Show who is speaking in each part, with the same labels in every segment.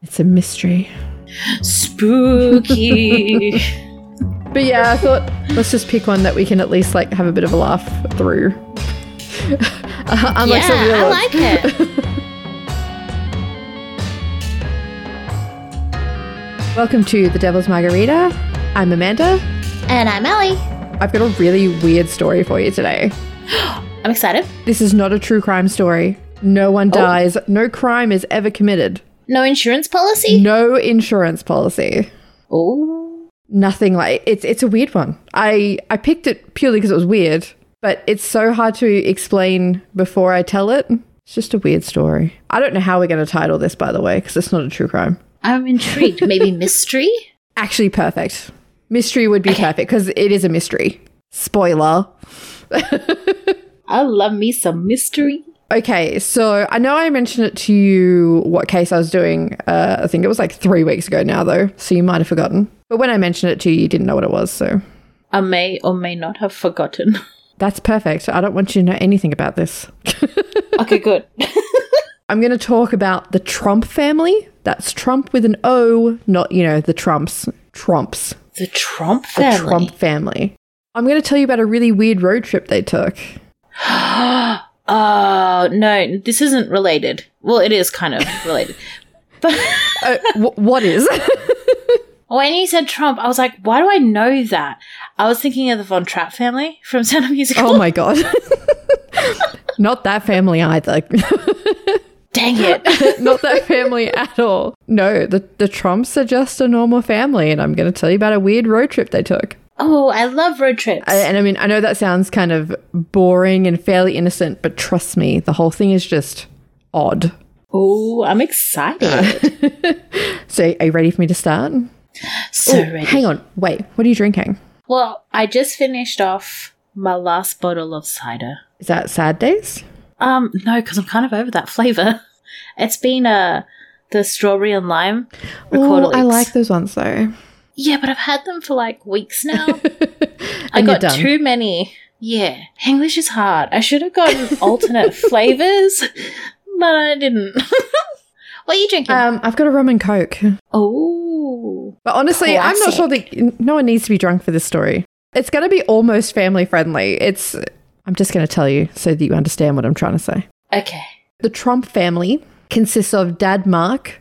Speaker 1: It's a mystery.
Speaker 2: Spooky.
Speaker 1: But yeah, I thought let's just pick one that we can at least like have a bit of a laugh through. Uh, Unlike
Speaker 2: yeah,
Speaker 1: some of the other
Speaker 2: I
Speaker 1: ones.
Speaker 2: like it.
Speaker 1: Welcome to The Devil's Margarita. I'm Amanda.
Speaker 2: and I'm Ellie.
Speaker 1: I've got a really weird story for you today.
Speaker 2: I'm excited.
Speaker 1: This is not a true crime story. No one
Speaker 2: Oh.
Speaker 1: dies. No crime is ever committed.
Speaker 2: No insurance policy?
Speaker 1: No insurance policy.
Speaker 2: Oh.
Speaker 1: Nothing like it's it's a weird one. I I picked it purely because it was weird, but it's so hard to explain before I tell it. It's just a weird story. I don't know how we're going to title this by the way because it's not a true crime.
Speaker 2: I'm intrigued. Maybe mystery?
Speaker 1: Actually perfect. Mystery would be perfect because it is a mystery. Spoiler.
Speaker 2: I love me some mystery.
Speaker 1: Okay, so I know I mentioned it to you what case I was doing. Uh, I think it was like three weeks ago now, though, so you might have forgotten. But when I mentioned it to you, you didn't know what it was, so
Speaker 2: I may or may not have forgotten.
Speaker 1: that's perfect. I don't want you to know anything about this.
Speaker 2: okay, good.
Speaker 1: I'm going to talk about the Trump family. That's Trump with an O, not, you know, the Trumps. Trumps.
Speaker 2: The Trump
Speaker 1: The
Speaker 2: family.
Speaker 1: Trump family. I'm going to tell you about a really weird road trip they took.
Speaker 2: oh, no, this isn't related. Well, it is kind of related. but
Speaker 1: Uh, w- what is?
Speaker 2: when you said Trump, I was like, why do I know that? I was thinking of the Von Trapp family from Sound of Music.
Speaker 1: oh my God. not that family either.
Speaker 2: Dang it.
Speaker 1: not that family at all. No, the, the Trumps are just a normal family, and I'm going to tell you about a weird road trip they took.
Speaker 2: oh, I love road trips.
Speaker 1: I, and I mean, I know that sounds kind of boring and fairly innocent, but trust me, the whole thing is just odd.
Speaker 2: oh, I'm excited.
Speaker 1: So, are you ready for me to start?
Speaker 2: so
Speaker 1: Oh,
Speaker 2: ready.
Speaker 1: Hang on, wait, what are you drinking?
Speaker 2: Well, I just finished off my last bottle of cider.
Speaker 1: Is that Sad Days?
Speaker 2: Um, no, because I'm kind of over that flavor. It's been uh the strawberry and lime.
Speaker 1: Oh,
Speaker 2: Recorder
Speaker 1: I
Speaker 2: Leaks.
Speaker 1: like those ones though.
Speaker 2: Yeah, but I've had them for like weeks now. I
Speaker 1: And you're
Speaker 2: got
Speaker 1: done.
Speaker 2: too many. Yeah, English is hard. I should have gotten alternate flavors, but I didn't. what are you drinking?
Speaker 1: Um, I've got a rum and coke.
Speaker 2: oh,
Speaker 1: But honestly, I'm not sure that no one needs to be drunk for this story. It's going to be almost family friendly. It's I'm just going to tell you so that you understand what I'm trying to say.
Speaker 2: okay.
Speaker 1: The Trump family consists of dad Mark,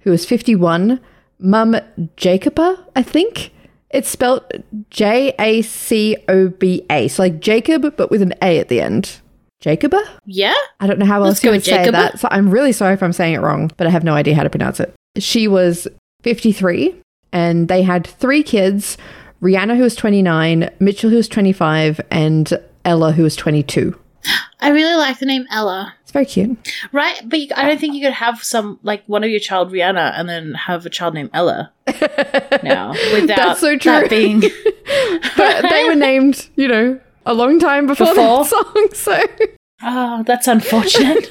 Speaker 1: who is 51, mum Jacoba, I think. It's spelled J A C O B A. So like Jacob but with an A at the end. Jacoba?
Speaker 2: Yeah.
Speaker 1: I don't know how
Speaker 2: Let's
Speaker 1: else you
Speaker 2: go
Speaker 1: would
Speaker 2: with Jacoba.
Speaker 1: say that. So I'm really sorry if I'm saying it wrong, but I have no idea how to pronounce it. She was 53 and they had three kids Rihanna, who was 29, Mitchell, who was 25, and Ella, who was 22.
Speaker 2: I really like the name Ella.
Speaker 1: It's very cute.
Speaker 2: Right, but you, I don't think you could have some like one of your child Rihanna and then have a child named Ella. No, without
Speaker 1: That's so true.
Speaker 2: that being
Speaker 1: But they were named, you know, a long time before,
Speaker 2: Before.
Speaker 1: that song. So
Speaker 2: oh, that's unfortunate.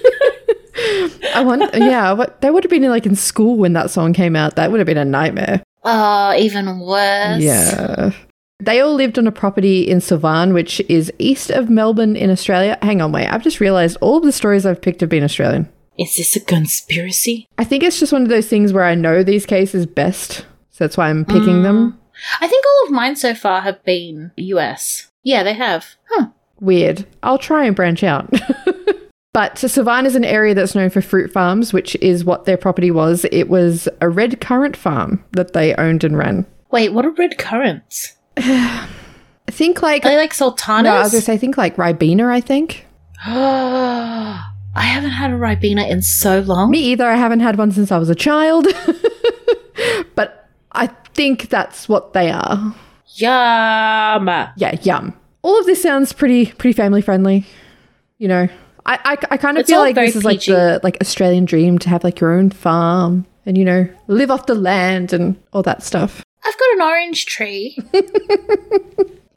Speaker 1: I want, yeah, what, they would have been like in school when that song came out. That would have been a nightmare.
Speaker 2: oh, even worse.
Speaker 1: Yeah. They all lived on a property in Sylvan, which is east of Melbourne in Australia. Hang on, wait. I've just realised all of the stories I've picked have been Australian.
Speaker 2: Is this a conspiracy?
Speaker 1: I think it's just one of those things where I know these cases best. So that's why I'm picking them.
Speaker 2: I think all of mine so far have been US. Yeah, they have. Huh.
Speaker 1: Weird. I'll try and branch out. but Sylvan is an area that's known for fruit farms, which is what their property was. It was a red currant farm that they owned and ran.
Speaker 2: Wait, what are red currants?
Speaker 1: I think like.
Speaker 2: Are they like sultanas?
Speaker 1: no, I was going to say, I think like Ribena, I think.
Speaker 2: I haven't had a ribena in so long.
Speaker 1: Me either. I haven't had one since I was a child. but I think that's what they are.
Speaker 2: Yum.
Speaker 1: Yeah, yum. All of this sounds pretty pretty family friendly. You know, I I, I kind of
Speaker 2: It's
Speaker 1: feel
Speaker 2: all
Speaker 1: like
Speaker 2: very
Speaker 1: this is like
Speaker 2: peachy.
Speaker 1: the like Australian dream to have like your own farm and you know live off the land and all that stuff.
Speaker 2: I've got an orange tree.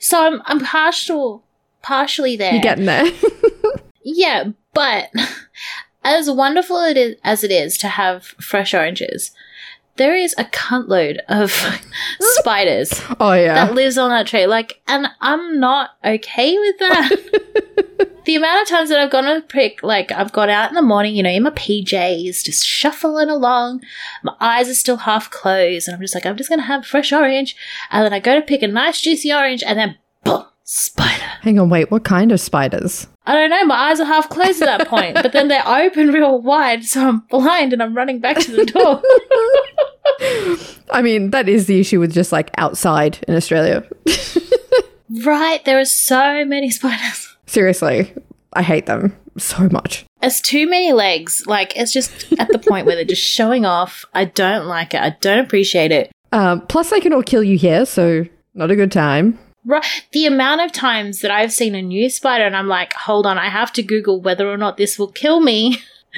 Speaker 2: so I'm I'm partial partially there.
Speaker 1: You're getting there.
Speaker 2: yeah, but as wonderful it is as it is to have fresh oranges, there is a cuntload of spiders
Speaker 1: oh yeah.
Speaker 2: that lives on that tree. Like and I'm not okay with that. the amount of times that I've gone on a prick, like I've gone out in the morning, you know, in my PJs, just shuffling along. My eyes are still half closed, and I'm just like, I'm just gonna have fresh orange, and then I go to pick a nice juicy orange, and then boom, spider.
Speaker 1: Hang on, wait, what kind of spiders?
Speaker 2: I don't know, my eyes are half closed at that point, but then they're open real wide, so I'm blind and I'm running back to the door.
Speaker 1: I mean, that is the issue with just like outside in Australia.
Speaker 2: right, there are so many spiders.
Speaker 1: Seriously, I hate them so much.
Speaker 2: It's too many legs. Like it's just at the point where they're just showing off. I don't like it. I don't appreciate it.
Speaker 1: Um, plus, they can all kill you here, so not a good time.
Speaker 2: Right. The amount of times that I've seen a new spider and I'm like, hold on, I have to Google whether or not this will kill me.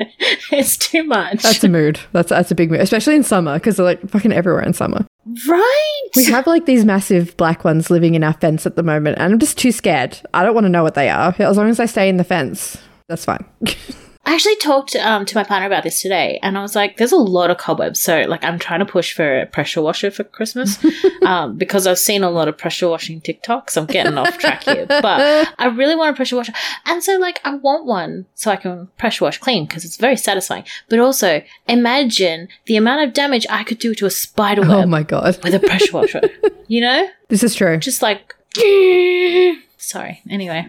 Speaker 2: it's too much.
Speaker 1: That's a mood. That's that's a big mood, especially in summer because they're like fucking everywhere in summer.
Speaker 2: right?
Speaker 1: We have like these massive black ones living in our fence at the moment, and I'm just too scared. I don't want to know what they are. As long as I stay in the fence, that's fine.
Speaker 2: I actually talked um, to my partner about this today, and I was like, "There's a lot of cobwebs." So, like, I'm trying to push for a pressure washer for Christmas um, because I've seen a lot of pressure washing TikToks. I'm getting off track here, but I really want a pressure washer, and so like, I want one so I can pressure wash clean because it's very satisfying. But also, imagine the amount of damage I could do to a spider
Speaker 1: oh
Speaker 2: web
Speaker 1: my god,
Speaker 2: with a pressure washer. you know,
Speaker 1: this is true.
Speaker 2: just like. Sorry. Anyway,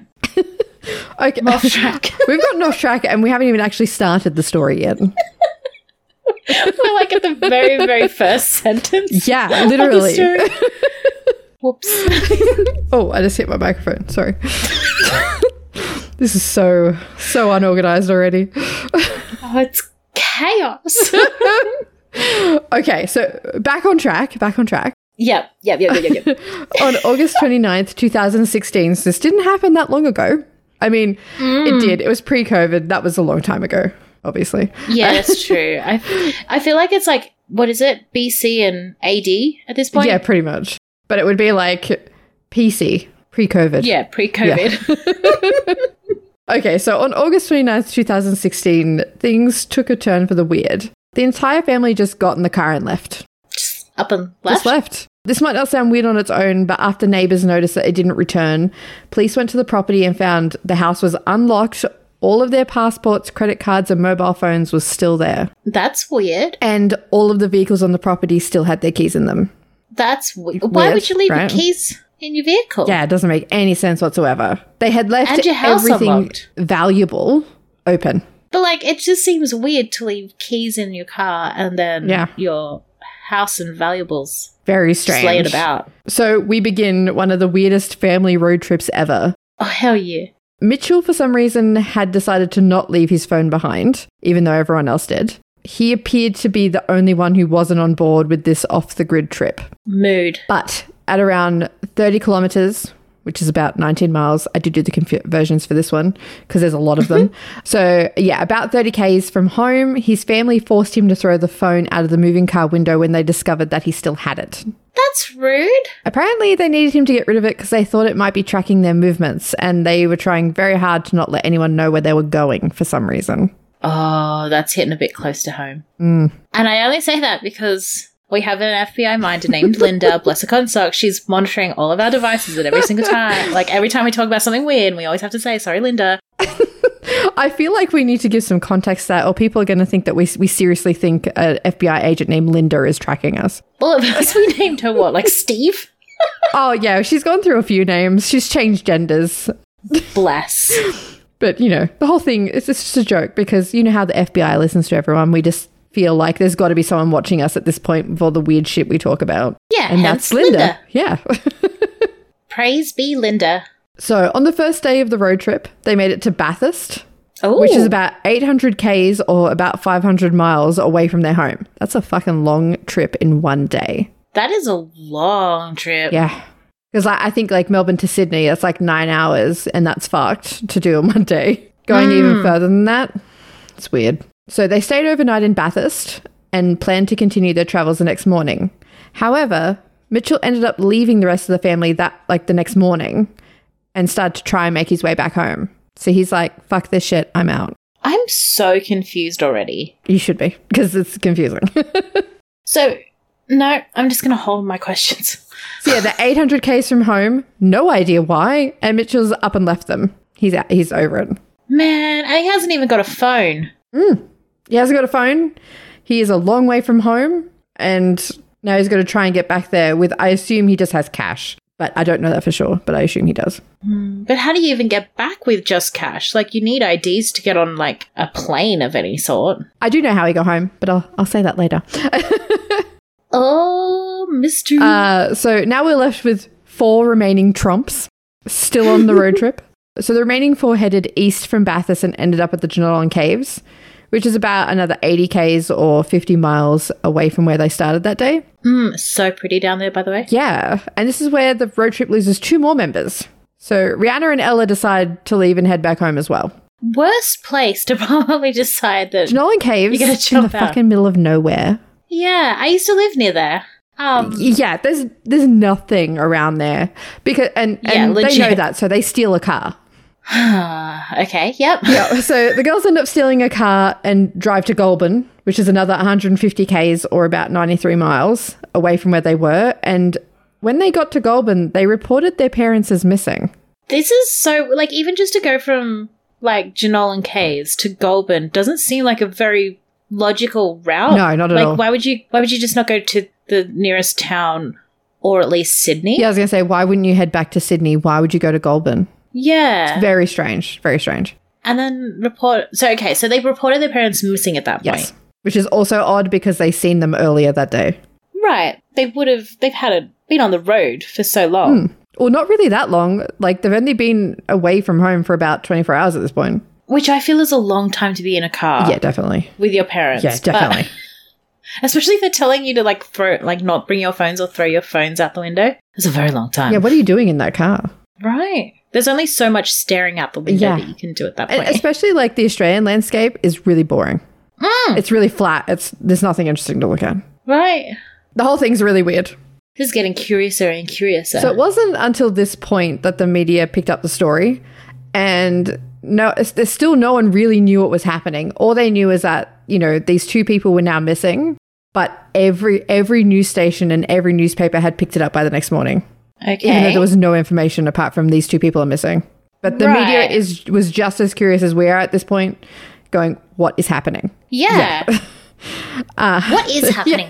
Speaker 1: Okay,
Speaker 2: off track.
Speaker 1: we've gotten off track, and we haven't even actually started the story yet.
Speaker 2: We're like at the very, very first sentence.
Speaker 1: Yeah,
Speaker 2: of the
Speaker 1: literally.
Speaker 2: story. Whoops.
Speaker 1: Oh, I just hit my microphone. Sorry. this is so so unorganized already.
Speaker 2: Oh, it's chaos.
Speaker 1: Okay, so back on track, back on track.
Speaker 2: yep, yep, yep, yep, yep, yep.
Speaker 1: On August 29th, 2016, so this didn't happen that long ago. I mean, it did. It was pre-COVID. That was a long time ago, obviously.
Speaker 2: Yeah, that's true. I, I feel like it's like, what is it? BC and AD at this point?
Speaker 1: Yeah, pretty much. But it would be like PC, pre-COVID.
Speaker 2: Yeah, pre COVID.
Speaker 1: Okay, so on August 29th, 2016, things took a turn for the weird. The entire family just got in the car and left.
Speaker 2: Up and left.
Speaker 1: Just left. This might not sound weird on its own, but after neighbors noticed that it didn't return, police went to the property and found the house was unlocked. All of their passports, credit cards, and mobile phones was still there.
Speaker 2: That's weird.
Speaker 1: And all of the vehicles on the property still had their keys in them.
Speaker 2: That's we- Why
Speaker 1: Weird,
Speaker 2: would you leave
Speaker 1: right?
Speaker 2: your keys in your vehicle?
Speaker 1: Yeah, it doesn't make any sense whatsoever. They had left
Speaker 2: And your house
Speaker 1: everything
Speaker 2: unlocked.
Speaker 1: valuable open.
Speaker 2: But like, it just seems weird to leave keys in your car and then
Speaker 1: Yeah.
Speaker 2: your house and valuables
Speaker 1: Very
Speaker 2: just
Speaker 1: strange.
Speaker 2: laid about.
Speaker 1: So we begin one of the weirdest family road trips ever.
Speaker 2: Oh, hell yeah.
Speaker 1: Mitchell, for some reason, had decided to not leave his phone behind, even though everyone else did. He appeared to be the only one who wasn't on board with this off the grid trip.
Speaker 2: Mood.
Speaker 1: But at around 30 kilometers, which is about 19 miles, I did do the conversions for this one because there's a lot of them. so, yeah, about 30 Ks from home, his family forced him to throw the phone out of the moving car window when they discovered that he still had it.
Speaker 2: That's rude.
Speaker 1: Apparently, they needed him to get rid of it because they thought it might be tracking their movements, and they were trying very hard to not let anyone know where they were going for some reason.
Speaker 2: Oh, that's hitting a bit close to home.
Speaker 1: Mm.
Speaker 2: And I only say that because we have an FBI minder named Linda, bless her consock. She's monitoring all of our devices at every single time. Like every time we talk about something weird, we always have to say, sorry, Linda.
Speaker 1: I feel like we need to give some context to that, or people are going to think that we, we seriously think an FBI agent named Linda is tracking us.
Speaker 2: All of us, we named her what? Like Steve?
Speaker 1: Oh, yeah, she's gone through a few names, she's changed genders.
Speaker 2: Bless.
Speaker 1: But, you know, the whole thing is it's just a joke because you know how the FBI listens to everyone. We just feel like there's got to be someone watching us at this point with all the weird shit we talk about.
Speaker 2: Yeah,
Speaker 1: And
Speaker 2: hence
Speaker 1: that's Linda. Yeah.
Speaker 2: Praise be Linda.
Speaker 1: So, on the first day of the road trip, they made it to Bathurst,
Speaker 2: Oh,
Speaker 1: which is about 800 Ks or about 500 miles away from their home. That's a fucking long trip in one day.
Speaker 2: that is a long trip.
Speaker 1: Yeah. Because I, I think like Melbourne to Sydney, that's like nine hours, and that's fucked to do in one day. Going even further than that, it's weird. So, they stayed overnight in Bathurst and planned to continue their travels the next morning. However, Mitchell ended up leaving the rest of the family that like the next morning and started to try and make his way back home. So he's like, fuck this shit, I'm out.
Speaker 2: I'm so confused already.
Speaker 1: You should be, because it's confusing.
Speaker 2: So, no, I'm just going to hold my questions.
Speaker 1: so yeah, the 800 Ks from home, no idea why, and Mitchell's up and left them. He's out, he's over it.
Speaker 2: Man, and he hasn't even got a phone.
Speaker 1: He hasn't got a phone. He is a long way from home, and now he's got to try and get back there with. I assume he just has cash, but I don't know that for sure. But I assume he does.
Speaker 2: But how do you even get back with just cash? Like, you need IDs to get on, like, a plane of any sort.
Speaker 1: I do know how he got home, but I'll I'll say that later.
Speaker 2: Oh, mystery.
Speaker 1: Uh, so now we're left with four remaining Trumps still on the road trip. So the remaining four headed east from Bathurst and ended up at the Jenolan Caves, which is about another 80 Ks or 50 miles away from where they started that day.
Speaker 2: Mm, so pretty down there, by the way.
Speaker 1: Yeah, and this is where the road trip loses two more members. So Rihanna and Ella decide to leave and head back home as well.
Speaker 2: Worst place to probably decide that.
Speaker 1: Jenolan Caves
Speaker 2: gotta
Speaker 1: in the
Speaker 2: jump out.
Speaker 1: fucking middle of nowhere.
Speaker 2: Yeah, I used to live near there. Um,
Speaker 1: Yeah, there's there's nothing around there because and,
Speaker 2: Yeah,
Speaker 1: and they
Speaker 2: legit.
Speaker 1: know that, so they steal a car.
Speaker 2: okay, yep.
Speaker 1: yeah, so the girls end up stealing a car and drive to Goulburn, which is another 150 Ks or about 93 miles away from where they were. And when they got to Goulburn, they reported their parents as missing.
Speaker 2: This is so like even just to go from like Janolan Caves to Goulburn doesn't seem like a very logical route.
Speaker 1: No, not at
Speaker 2: like,
Speaker 1: all.
Speaker 2: Why would you? Why would you just not go to the nearest town or at least Sydney?
Speaker 1: Yeah, I was going to say, why wouldn't you head back to Sydney? Why would you go to Goulburn?
Speaker 2: Yeah.
Speaker 1: Very strange. Very strange.
Speaker 2: and then report. So okay, so they reported their parents missing at that
Speaker 1: Yes.
Speaker 2: point,
Speaker 1: Which is also odd because they seen them earlier that day.
Speaker 2: right? They would have. They've had a, been on the road for so long.
Speaker 1: Well, not really that long. Like, they've only been away from home for about 24 hours at this point.
Speaker 2: Which I feel is a long time to be in a car
Speaker 1: yeah, definitely.
Speaker 2: with your parents.
Speaker 1: Yeah,
Speaker 2: But-
Speaker 1: definitely.
Speaker 2: especially if they're telling you to like throw, like not bring your phones or throw your phones out the window. It's a very long time.
Speaker 1: yeah, what are you doing in that car?
Speaker 2: Right. There's only so much staring out the window
Speaker 1: Yeah.
Speaker 2: that you can do at that
Speaker 1: And
Speaker 2: point.
Speaker 1: especially like the Australian landscape is really boring. It's really flat. It's there's nothing interesting to look at.
Speaker 2: right.
Speaker 1: The whole thing's really weird.
Speaker 2: This is getting curiouser and curiouser.
Speaker 1: So it wasn't until this point that the media picked up the story, and no, it's- there's still no one really knew what was happening. All they knew is that you know these two people were now missing, but every every news station and every newspaper had picked it up by the next morning, even though
Speaker 2: okay.
Speaker 1: there was no information apart from these two people are missing. But the media
Speaker 2: Right.
Speaker 1: is was just as curious as we are at this point, going, "What is happening?"
Speaker 2: yeah. what is happening?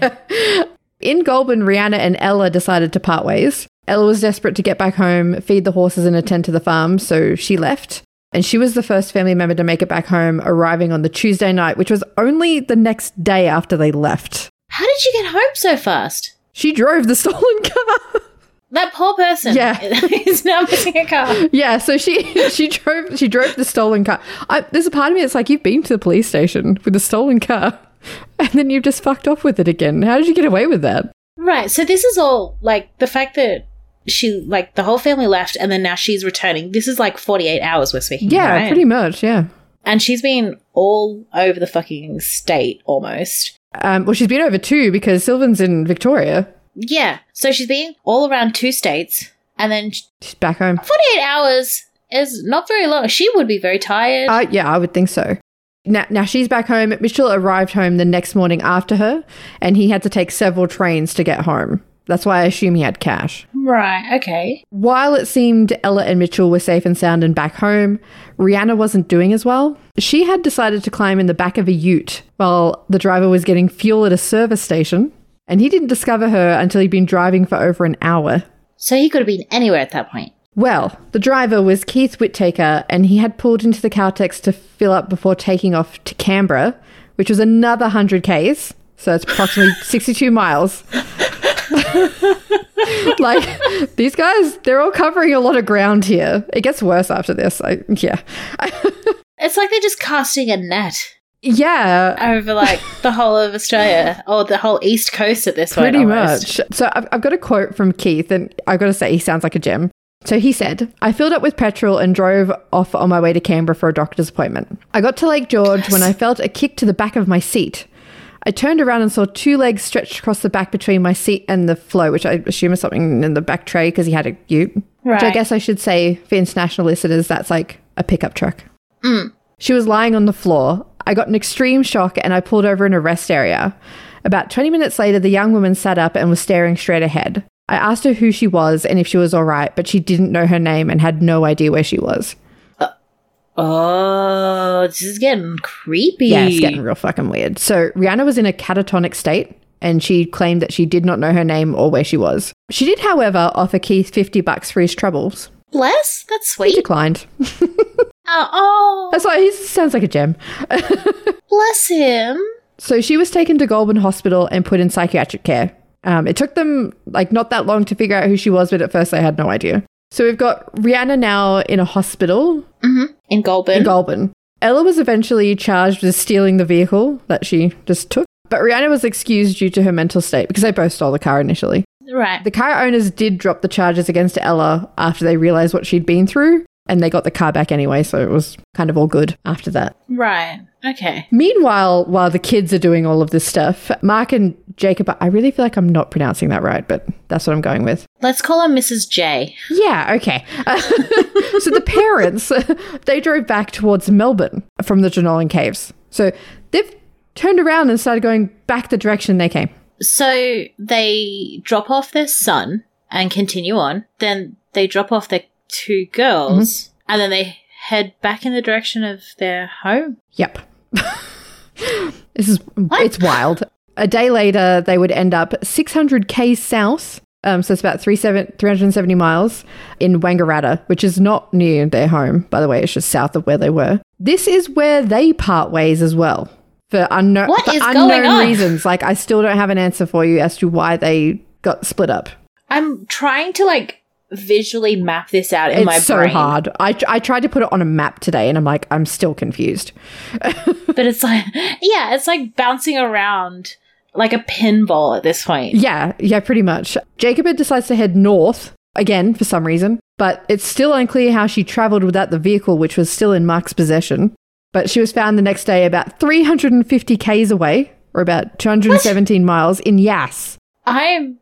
Speaker 1: In Goulburn, Rihanna and Ella decided to part ways. Ella was desperate to get back home, feed the horses, and attend to the farm, so she left. And she was the first family member to make it back home, arriving on the Tuesday night, which was only the next day after they left.
Speaker 2: How did you get home so fast?
Speaker 1: She drove the stolen car.
Speaker 2: That poor person
Speaker 1: Yeah.
Speaker 2: is now missing a car.
Speaker 1: yeah, so she she drove she drove the stolen car. I, there's a part of me that's like, you've been to the police station with a stolen car, and then you've just fucked off with it again. How did you get away with that?
Speaker 2: Right. So this is all like the fact that she like the whole family left and then now she's returning. This is like 48 hours we're speaking.
Speaker 1: Yeah,
Speaker 2: right?
Speaker 1: pretty much. Yeah.
Speaker 2: And she's been all over the fucking state almost.
Speaker 1: Um, well, she's been over two because Sylvan's in Victoria.
Speaker 2: Yeah. So she's been all around two states and then
Speaker 1: She's back home.
Speaker 2: 48 hours is not very long. She would be very tired.
Speaker 1: Uh, yeah, I would think so. Now, now she's back home. Mitchell arrived home the next morning after her, and he had to take several trains to get home. That's why I assume he had cash.
Speaker 2: right, okay.
Speaker 1: While it seemed Ella and Mitchell were safe and sound and back home, Rihanna wasn't doing as well. She had decided to climb in the back of a ute while the driver was getting fuel at a service station, and he didn't discover her until he'd been driving for over an hour.
Speaker 2: So he could have been anywhere at that point.
Speaker 1: Well, the driver was Keith Whittaker, and he had pulled into the Caltex to fill up before taking off to Canberra, which was another 100 Ks. So it's approximately 62 miles. like, these guys, they're all covering a lot of ground here. It gets worse after this. I, yeah.
Speaker 2: It's like they're just casting a net
Speaker 1: Yeah.
Speaker 2: over like the whole of Australia or the whole East Coast at this point.
Speaker 1: Pretty
Speaker 2: almost.
Speaker 1: much. So I've, I've got a quote from Keith, and I've got to say, he sounds like a gem. So he said, I filled up with petrol and drove off on my way to Canberra for a doctor's appointment. I got to Lake George when I felt a kick to the back of my seat. I turned around and saw two legs stretched across the back between my seat and the floor, which I assume is something in the back tray because he had a ute. Which I
Speaker 2: Right.
Speaker 1: guess I should say for international listeners, that's like a pickup truck. She was lying on the floor. I got an extreme shock and I pulled over in a rest area. About 20 minutes later, the young woman sat up and was staring straight ahead. I asked her who she was and if she was all right, but she didn't know her name and had no idea where she was.
Speaker 2: Oh, this is getting creepy.
Speaker 1: Yeah, it's getting real fucking weird. So Rihanna was in a catatonic state and she claimed that she did not know her name or where she was. She did, however, offer Keith 50 bucks for his troubles.
Speaker 2: Bless? That's
Speaker 1: He
Speaker 2: sweet.
Speaker 1: declined.
Speaker 2: Uh, oh,
Speaker 1: That's why he sounds like a gem.
Speaker 2: bless him.
Speaker 1: So she was taken to Goulburn Hospital and put in psychiatric care. Um, it took them like not that long to figure out who she was, but at first they had no idea. So we've got Rihanna now in a hospital
Speaker 2: Mm-hmm. In Goulburn.
Speaker 1: in Goulburn. Ella was eventually charged with stealing the vehicle that she just took, but Rihanna was excused due to her mental state because they both stole the car initially.
Speaker 2: right.
Speaker 1: The car owners did drop the charges against Ella after they realized what she'd been through, and they got the car back anyway, so it was kind of all good after that.
Speaker 2: right. Okay.
Speaker 1: Meanwhile, while the kids are doing all of this stuff, Mark and Jacob, I really feel like I'm not pronouncing that right, but that's what I'm going with.
Speaker 2: Let's call her Mrs. J.
Speaker 1: Yeah, okay. Uh, so the parents, they drove back towards Melbourne from the Janolan Caves. So they've turned around and started going back the direction they came.
Speaker 2: So they drop off their son and continue on. Then they drop off their two girls
Speaker 1: Mm-hmm.
Speaker 2: and then they head back in the direction of their home.
Speaker 1: Yep. this is it's wild. A day later, they would end up 600k south. Um, so it's about three seven, 370 miles in Wangaratta, which is not near their home, by the way. It's just south of where they were. This is where they part ways as well for, unknown
Speaker 2: What
Speaker 1: for
Speaker 2: is
Speaker 1: unknown
Speaker 2: going on?
Speaker 1: reasons. Like, I still don't have an answer for you as to why they got split up.
Speaker 2: I'm trying to like visually map this out in
Speaker 1: it's
Speaker 2: my
Speaker 1: so
Speaker 2: brain.
Speaker 1: hard. I, I tried to put it on a map today and I'm like, I'm still confused.
Speaker 2: But it's like, yeah, it's like bouncing around like a pinball at this point.
Speaker 1: Yeah, yeah, pretty much. Jacoba decides to head north again for some reason, but it's still unclear how she traveled without the vehicle, which was still in Mark's possession. But she was found the next day about 350 k's away, or about 217 miles in Yass.
Speaker 2: I'm.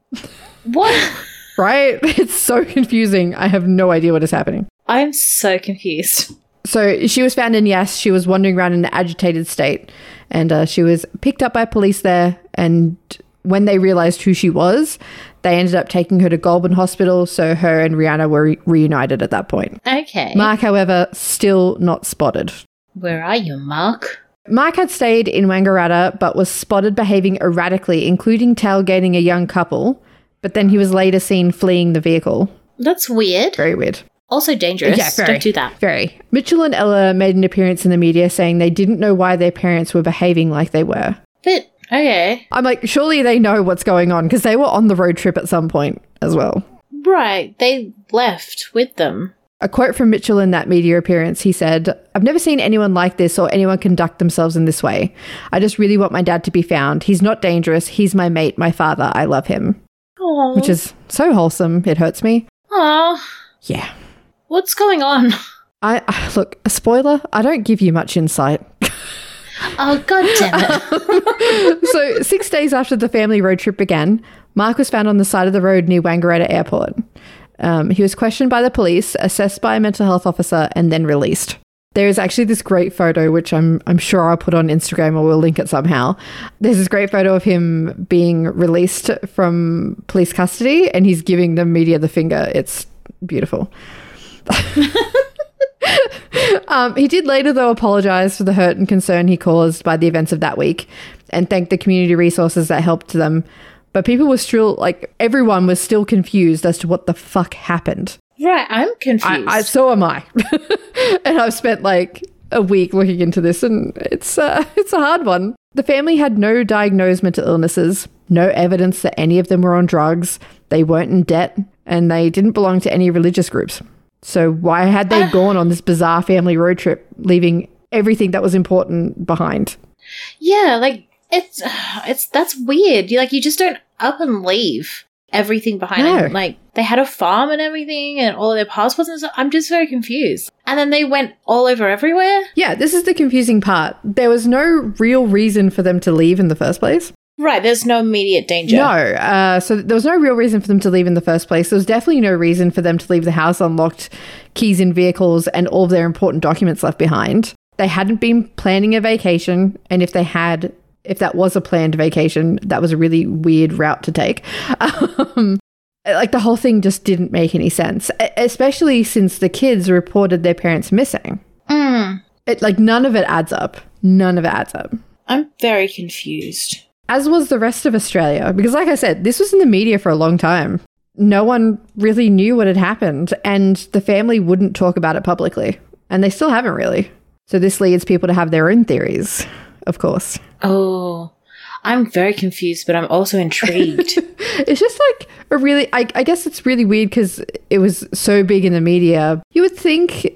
Speaker 2: What?
Speaker 1: Right? It's so confusing. I have no idea what is happening.
Speaker 2: I'm so confused.
Speaker 1: So she was found in Yass. She was wandering around in an agitated state, and uh, she was picked up by police there. And when they realized who she was, they ended up taking her to Goulburn Hospital. So her and Rihanna were re- reunited at that point.
Speaker 2: Okay.
Speaker 1: Mark, however, still not spotted.
Speaker 2: Where are you, Mark?
Speaker 1: Mark had stayed in Wangaratta, but was spotted behaving erratically, including tailgating a young couple. But then he was later seen fleeing the vehicle.
Speaker 2: That's weird.
Speaker 1: Very weird.
Speaker 2: Also dangerous.
Speaker 1: Yeah, very.
Speaker 2: Don't do that.
Speaker 1: Very. Mitchell and Ella made an appearance in the media saying they didn't know why their parents were behaving like they were.
Speaker 2: But okay,
Speaker 1: I'm like, surely they know what's going on because they were on the road trip at some point as well.
Speaker 2: right? They left with them.
Speaker 1: A quote from Mitchell in that media appearance he said, I've never seen anyone like this or anyone conduct themselves in this way. I just really want my dad to be found. He's not dangerous. He's my mate, my father. I love him.
Speaker 2: Oh,
Speaker 1: Which is so wholesome. It hurts me. Yeah.
Speaker 2: what's going on?
Speaker 1: I, I look, a spoiler, I don't give you much insight.
Speaker 2: Oh god damn it!
Speaker 1: so, six days after the family road trip began, Mark was found on the side of the road near Wangaratta Airport. Um, he was questioned by the police, assessed by a mental health officer, and then released. There is actually this great photo, which I'm, I'm sure I'll put on Instagram or we'll link it somehow. There's this great photo of him being released from police custody and he's giving the media the finger. It's beautiful. Um, he did later, though, apologize for the hurt and concern he caused by the events of that week and thanked the community resources that helped them. But people were still, like, everyone was still confused as to what the fuck happened.
Speaker 2: right, I'm confused.
Speaker 1: I, I, so am I. and I've spent like a week looking into this, and it's uh, it's a hard one. The family had no diagnosed mental illnesses, no evidence that any of them were on drugs. They weren't in debt, and they didn't belong to any religious groups. So why had they gone on this bizarre family road trip, leaving everything that was important behind?
Speaker 2: yeah, like it's it's that's weird. You like you just don't up and leave everything behind.
Speaker 1: No.
Speaker 2: And, Like they had a farm and everything, and all of their passports and stuff. I'm just very confused. And then they went all over everywhere.
Speaker 1: Yeah, this is the confusing part. There was no real reason for them to leave in the first place.
Speaker 2: Right, there's no immediate danger.
Speaker 1: No. Uh, so there was no real reason for them to leave in the first place. There was definitely no reason for them to leave the house unlocked, keys in vehicles, and all of their important documents left behind. They hadn't been planning a vacation. And if they had, if that was a planned vacation, that was a really weird route to take. Um, like the whole thing just didn't make any sense, e- especially since the kids reported their parents missing.
Speaker 2: Mm.
Speaker 1: It like none of it adds up. None of it adds up.
Speaker 2: I'm very confused.
Speaker 1: As was the rest of Australia, because like I said, this was in the media for a long time. No one really knew what had happened, and the family wouldn't talk about it publicly. And they still haven't really. So this leads people to have their own theories, of course.
Speaker 2: Oh, I'm very confused, but I'm also intrigued.
Speaker 1: It's just like a really, I, I guess it's really weird because it was so big in the media. You would think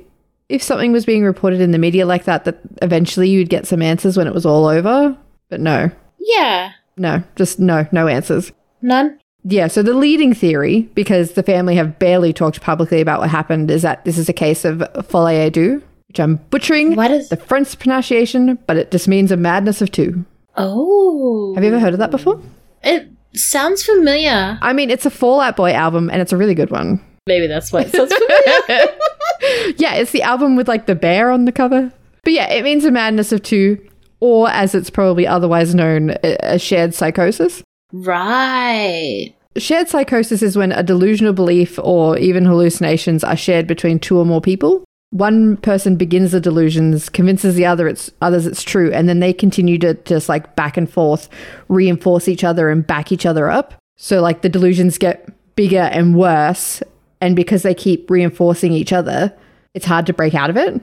Speaker 1: if something was being reported in the media like that, that eventually you'd get some answers when it was all over. But no,
Speaker 2: yeah.
Speaker 1: no, just no, no answers.
Speaker 2: None?
Speaker 1: Yeah, so the leading theory, because the family have barely talked publicly about what happened, is that this is a case of folie à deux, which I'm butchering
Speaker 2: What is.
Speaker 1: the French pronunciation, but it just means a madness of two.
Speaker 2: oh.
Speaker 1: Have you ever heard of that before?
Speaker 2: It sounds familiar.
Speaker 1: I mean, it's a Fallout Boy album, and it's a really good one.
Speaker 2: Maybe that's why it sounds familiar.
Speaker 1: Yeah, it's the album with like the bear on the cover. But yeah, it means a madness of two, or as it's probably otherwise known, a a shared psychosis.
Speaker 2: right.
Speaker 1: Shared psychosis is when a delusional belief or even hallucinations are shared between two or more people. One person begins the delusions, convinces the other it's others it's true, and then they continue to just like back and forth, reinforce each other and back each other up. So like the delusions get bigger and worse, and because they keep reinforcing each other, it's hard to break out of it.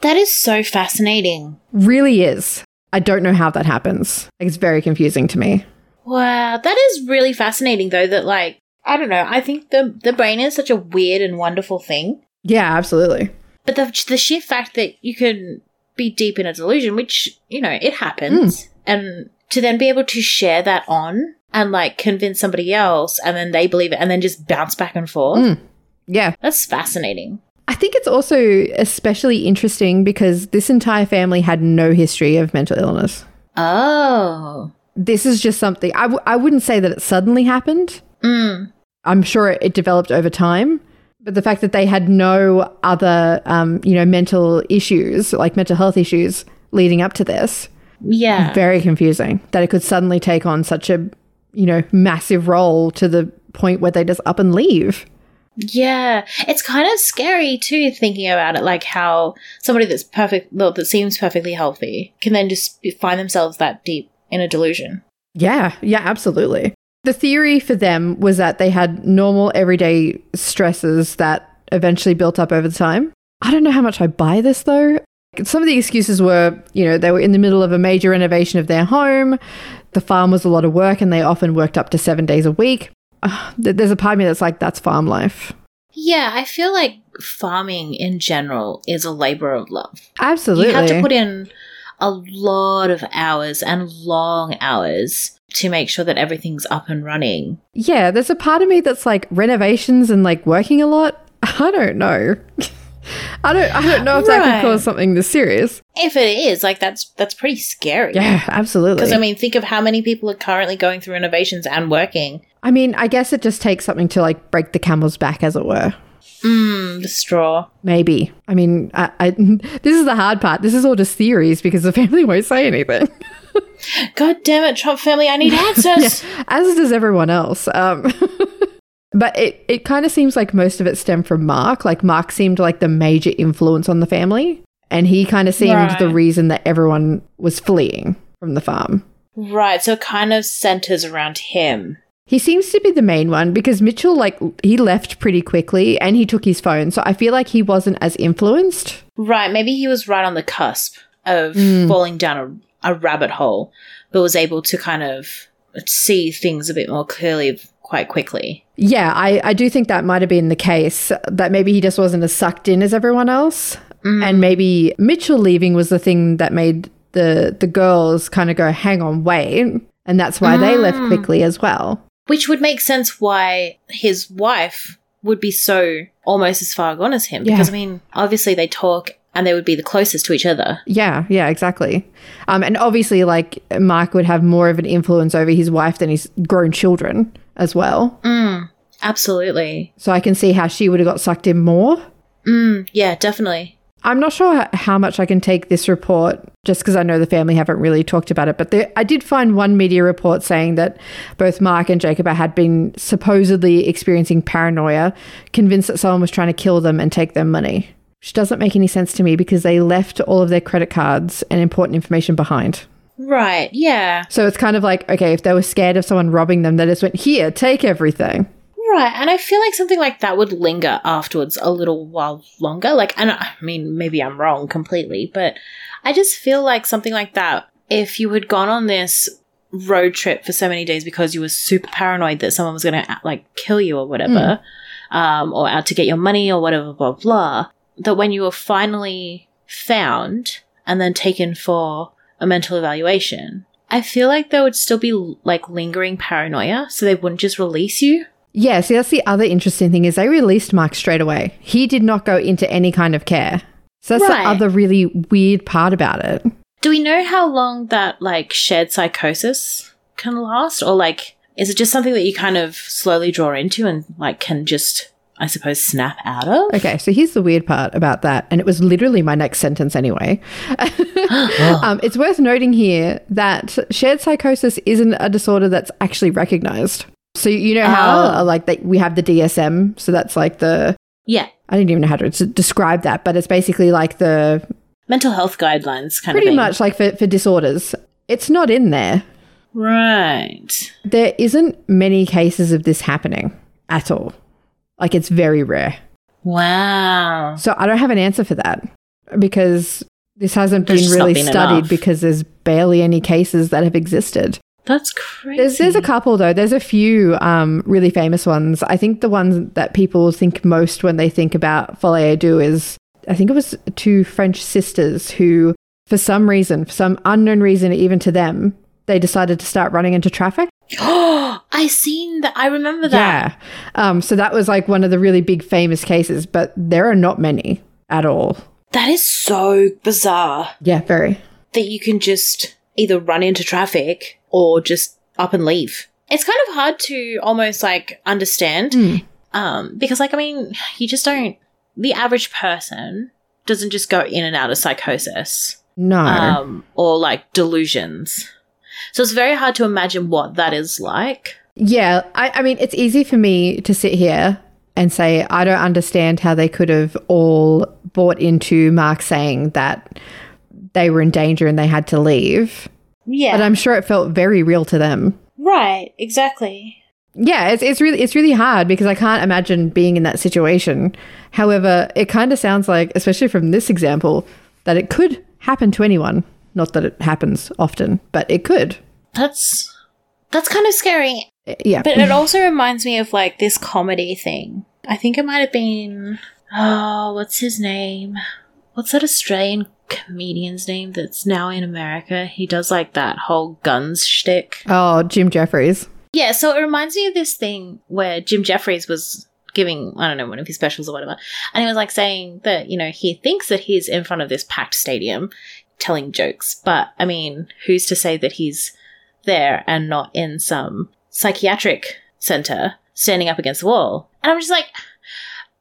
Speaker 2: That is so fascinating.
Speaker 1: really is. I don't know how that happens. Like, it's very confusing to me.
Speaker 2: Wow, that is really fascinating though that like I don't know, I think the the brain is such a weird and wonderful thing.
Speaker 1: Yeah, absolutely.
Speaker 2: But the the sheer fact that you can be deep in a delusion, which, you know, it happens, and to then be able to share that on and like convince somebody else and then they believe it and then just bounce back and forth.
Speaker 1: Mm. Yeah.
Speaker 2: That's fascinating.
Speaker 1: I think it's also especially interesting because this entire family had no history of mental illness.
Speaker 2: Oh.
Speaker 1: This is just something I w- I wouldn't say that it suddenly happened.
Speaker 2: Mm.
Speaker 1: I'm sure it developed over time. But the fact that they had no other, um, you know, mental issues, like mental health issues leading up to this,
Speaker 2: Yeah.
Speaker 1: very confusing that it could suddenly take on such a you know massive role to the point where they just up and leave
Speaker 2: Yeah, it's kind of scary too, thinking about it, like how somebody that's perfect, well, that seems perfectly healthy, can then just be- find themselves that deep in a delusion.
Speaker 1: yeah yeah absolutely the theory for them was that they had normal everyday stresses that eventually built up over time i don't know how much i buy this though some of the excuses were you know they were in the middle of a major renovation of their home the farm was a lot of work and they often worked up to seven days a week Ugh, th- there's a part of me that's like that's farm life
Speaker 2: Yeah, I feel like farming in general is a labor of love.
Speaker 1: absolutely
Speaker 2: You have to put in a lot of hours and long hours to make sure that everything's up and running.
Speaker 1: Yeah, there's a part of me that's like renovations and like working a lot. I don't know. I don't I don't know if that
Speaker 2: Right.
Speaker 1: could cause something this serious.
Speaker 2: If it is, like that's that's pretty scary.
Speaker 1: Yeah, absolutely.
Speaker 2: Because I mean, think of how many people are currently going through renovations and working.
Speaker 1: I mean, I guess it just takes something to like break the camel's back as it were.
Speaker 2: Mmm, the straw.
Speaker 1: Maybe. I mean, I, I this is the hard part. This is all just theories because the family won't say anything.
Speaker 2: God damn it, Trump family, I need answers.
Speaker 1: as does everyone else. Um, but it, it kind of seems like most of it stemmed from Mark. Like Mark seemed like the major influence on the family, and he kind of seemed
Speaker 2: Right.
Speaker 1: the reason that everyone was fleeing from the farm.
Speaker 2: Right, so it kind of centers around him.
Speaker 1: He seems to be the main one because Mitchell like he left pretty quickly and he took his phone, so I feel like he wasn't as influenced.
Speaker 2: Right, maybe he was right on the cusp of
Speaker 1: Mm.
Speaker 2: falling down a, a rabbit hole, but was able to kind of see things a bit more clearly quite quickly.
Speaker 1: Yeah, I, I do think that might have been the case that maybe he just wasn't as sucked in as everyone else.
Speaker 2: Mm.
Speaker 1: and maybe Mitchell leaving was the thing that made the the girls kind of go, "Hang on, wait," and that's why they left
Speaker 2: Mm.
Speaker 1: quickly as well.
Speaker 2: Which would make sense why his wife would be so almost as far gone as him.
Speaker 1: Yeah.
Speaker 2: Because, I mean, obviously they talk and they would be the closest to each other.
Speaker 1: Yeah, yeah, exactly. Um, and obviously, like Mark would have more of an influence over his wife than his grown children as well.
Speaker 2: Mm, absolutely.
Speaker 1: So I can see how she would have got sucked in more.
Speaker 2: Mm, yeah, definitely.
Speaker 1: I'm not sure h- how much I can take this report just because I know the family haven't really talked about it, but there, I did find one media report saying that both Mark and Jacob had been supposedly experiencing paranoia, convinced that someone was trying to kill them and take their money. which doesn't make any sense to me because they left all of their credit cards and important information behind.
Speaker 2: Right. Yeah.
Speaker 1: So it's kind of like, okay, if they were scared of someone robbing them, they just went, here, take everything.
Speaker 2: Right. And I feel like something like that would linger afterwards a little while longer. Like, and I mean, maybe I'm wrong completely, but I just feel like something like that, if you had gone on this road trip for so many days because you were super paranoid that someone was going to like kill you or whatever, um, or out to get your money or whatever, blah, blah, that when you were finally found and then taken for a mental evaluation, I feel like there would still be like lingering paranoia, so they wouldn't just release you.
Speaker 1: Yeah, see, that's the other interesting thing is they released Mark straight away. He did not go into any kind of care. So that's
Speaker 2: Right.
Speaker 1: the other really weird part about it.
Speaker 2: Do we know how long that like shared psychosis can last? Or like, is it just something that you kind of slowly draw into and like can just, I suppose, snap out of?
Speaker 1: Okay, so here's the weird part about that, and it was literally my next sentence anyway. um, it's worth noting here that shared psychosis isn't a disorder that's actually recognized. So you know how
Speaker 2: Oh.
Speaker 1: uh, like they, we have the DSM, so that's like the
Speaker 2: Yeah.
Speaker 1: I don't even know how to s- describe that, but it's basically like the
Speaker 2: Mental health guidelines kind
Speaker 1: pretty
Speaker 2: of thing.
Speaker 1: much like for, for disorders. It's not in there.
Speaker 2: Right.
Speaker 1: There isn't many cases of this happening at all. Like it's very rare.
Speaker 2: Wow.
Speaker 1: So I don't have an answer for that because this hasn't
Speaker 2: There's
Speaker 1: been
Speaker 2: just not
Speaker 1: really
Speaker 2: been
Speaker 1: studied
Speaker 2: enough.
Speaker 1: because there's barely any cases that have existed.
Speaker 2: That's crazy.
Speaker 1: There's there's a couple though. There's a few um, really famous ones. I think the ones that people think most when they think about folie à deux is I think it was two French sisters who, for some reason, for some unknown reason, even to them, they decided to start running into traffic.
Speaker 2: I seen that. I remember
Speaker 1: Yeah.
Speaker 2: that.
Speaker 1: Um, so that was like one of the really big famous cases, but there are not many at all.
Speaker 2: That is so bizarre
Speaker 1: Yeah, very.
Speaker 2: that you can just either run into traffic or just up and leave. It's kind of hard to almost like understand
Speaker 1: Mm.
Speaker 2: um, because, like, I mean, you just don't. The average person doesn't just go in and out of psychosis
Speaker 1: No.
Speaker 2: um, or like delusions. So it's very hard to imagine what that is like.
Speaker 1: yeah, I, I mean, it's easy for me to sit here and say, I don't understand how they could have all bought into Mark saying that they were in danger and they had to leave.
Speaker 2: Yeah.
Speaker 1: But I'm sure it felt very real to them.
Speaker 2: right. Exactly.
Speaker 1: Yeah, it's, it's really it's really hard because I can't imagine being in that situation. However, it kind of sounds like, especially from this example, that it could happen to anyone. Not that it happens often, but it could. Eh,
Speaker 2: That's. That's kind of scary
Speaker 1: Yeah.
Speaker 2: But it also reminds me of like this comedy thing. I think it might have been oh, what's his name? What's that Australian comedian's name that's now in America? He does like that whole guns shtick.
Speaker 1: oh, Jim Jeffries.
Speaker 2: Yeah, so it reminds me of this thing where Jim Jeffries was giving, I don't know, one of his specials or whatever, and he was like saying that, you know, he thinks that he's in front of this packed stadium telling jokes, but I mean, who's to say that he's there and not in some psychiatric center standing up against the wall? And I'm just like,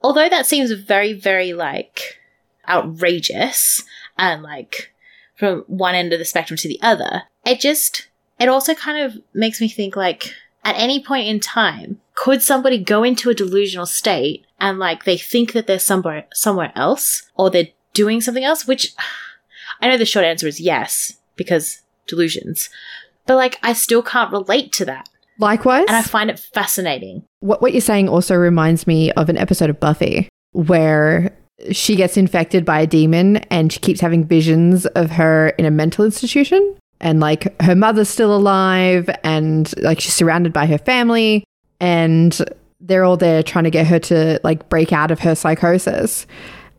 Speaker 2: although that seems very, very like outrageous and like from one end of the spectrum to the other, it just it also kind of makes me think like at any point in time could somebody go into a delusional state and like they think that they're somewhere somewhere else or they're doing something else which i know the short answer is yes because delusions but like i still can't relate to that
Speaker 1: Likewise.
Speaker 2: and i find it fascinating
Speaker 1: What what you're saying also reminds me of an episode of Buffy where she gets infected by a demon and she keeps having visions of her in a mental institution and like her mother's still alive and like she's surrounded by her family and they're all there trying to get her to like break out of her psychosis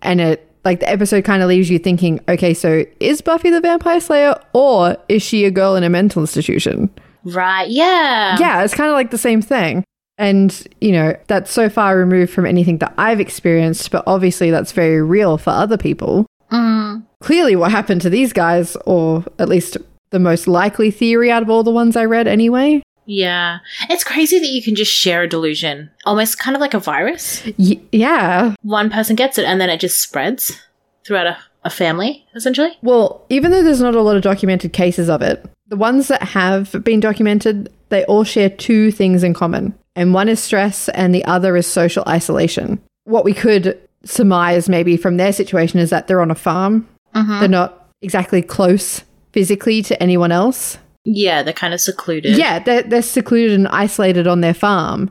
Speaker 1: and it like the episode kind of leaves you thinking okay so is Buffy the vampire slayer or is she a girl in a mental institution
Speaker 2: right yeah
Speaker 1: yeah, it's kind of like the same thing. And, you know, that's so far removed from anything that I've experienced, but obviously that's very real for other people.
Speaker 2: Mm.
Speaker 1: Clearly, what happened to these guys, or at least the most likely theory out of all the ones I read anyway.
Speaker 2: yeah it's crazy that you can just share a delusion almost kind of like a virus
Speaker 1: Y- yeah.
Speaker 2: one person gets it and then it just spreads throughout a, a family essentially
Speaker 1: Well, even though there's not a lot of documented cases of it, the ones that have been documented, they all share two things in common. And one is stress, and the other is social isolation. What we could surmise maybe from their situation is that they're on a farm. They're not exactly close physically to anyone else.
Speaker 2: Yeah, they're kind of secluded.
Speaker 1: Yeah, they're, they're secluded and isolated on their farm,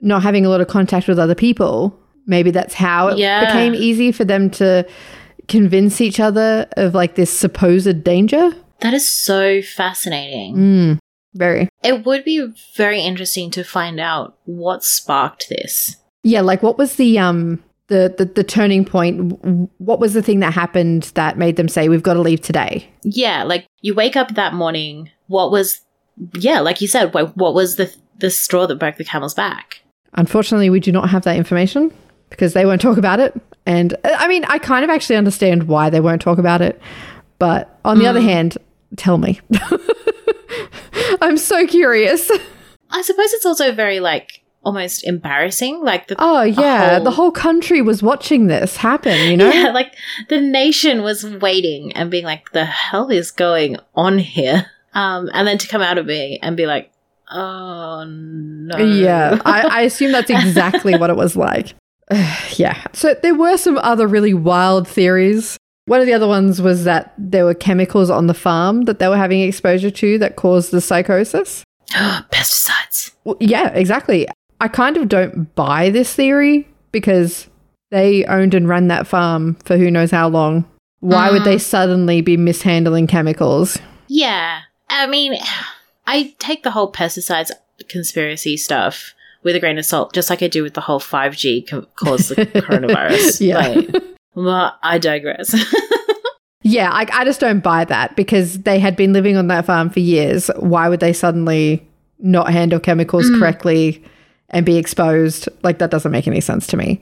Speaker 1: not having a lot of contact with other people. Maybe that's how it
Speaker 2: Yeah.
Speaker 1: became easy for them to convince each other of like this supposed danger.
Speaker 2: That is so fascinating.
Speaker 1: Mm, very.
Speaker 2: It would be very interesting to find out what sparked this.
Speaker 1: Yeah, like what was the um the the, the turning point? W- What was the thing that happened that made them say we've got to leave today?
Speaker 2: Yeah, like you wake up that morning, what was yeah, like you said, wh- what was the the straw that broke the camel's back?
Speaker 1: Unfortunately, we do not have that information because they won't talk about it. And uh, I mean, I kind of actually understand why they won't talk about it. But on the other hand, tell me. I'm so curious.
Speaker 2: I suppose it's also very like almost embarrassing, like the
Speaker 1: Oh, yeah.
Speaker 2: whole-
Speaker 1: The whole country was watching this happen, you know?
Speaker 2: yeah, like the nation was waiting and being like, the hell is going on here? Um, and then to come out of being and be like, oh no,
Speaker 1: Yeah, I, I assume that's exactly what it was like. yeah. So there were some other really wild theories. One of the other ones was that there were chemicals on the farm that they were having exposure to that caused the psychosis.
Speaker 2: pesticides.
Speaker 1: Well, yeah, exactly. I kind of don't buy this theory because they owned and ran that farm for who knows how long. Why would they suddenly be mishandling chemicals?
Speaker 2: Yeah, I mean, I take the whole pesticides conspiracy stuff with a grain of salt, just like I do with the whole five G co- cause the coronavirus.
Speaker 1: Yeah.
Speaker 2: Like, well, I digress.
Speaker 1: Yeah, I, I just don't buy that because they had been living on that farm for years. Why would they suddenly not handle chemicals correctly and be exposed? Like, that doesn't make any sense to me.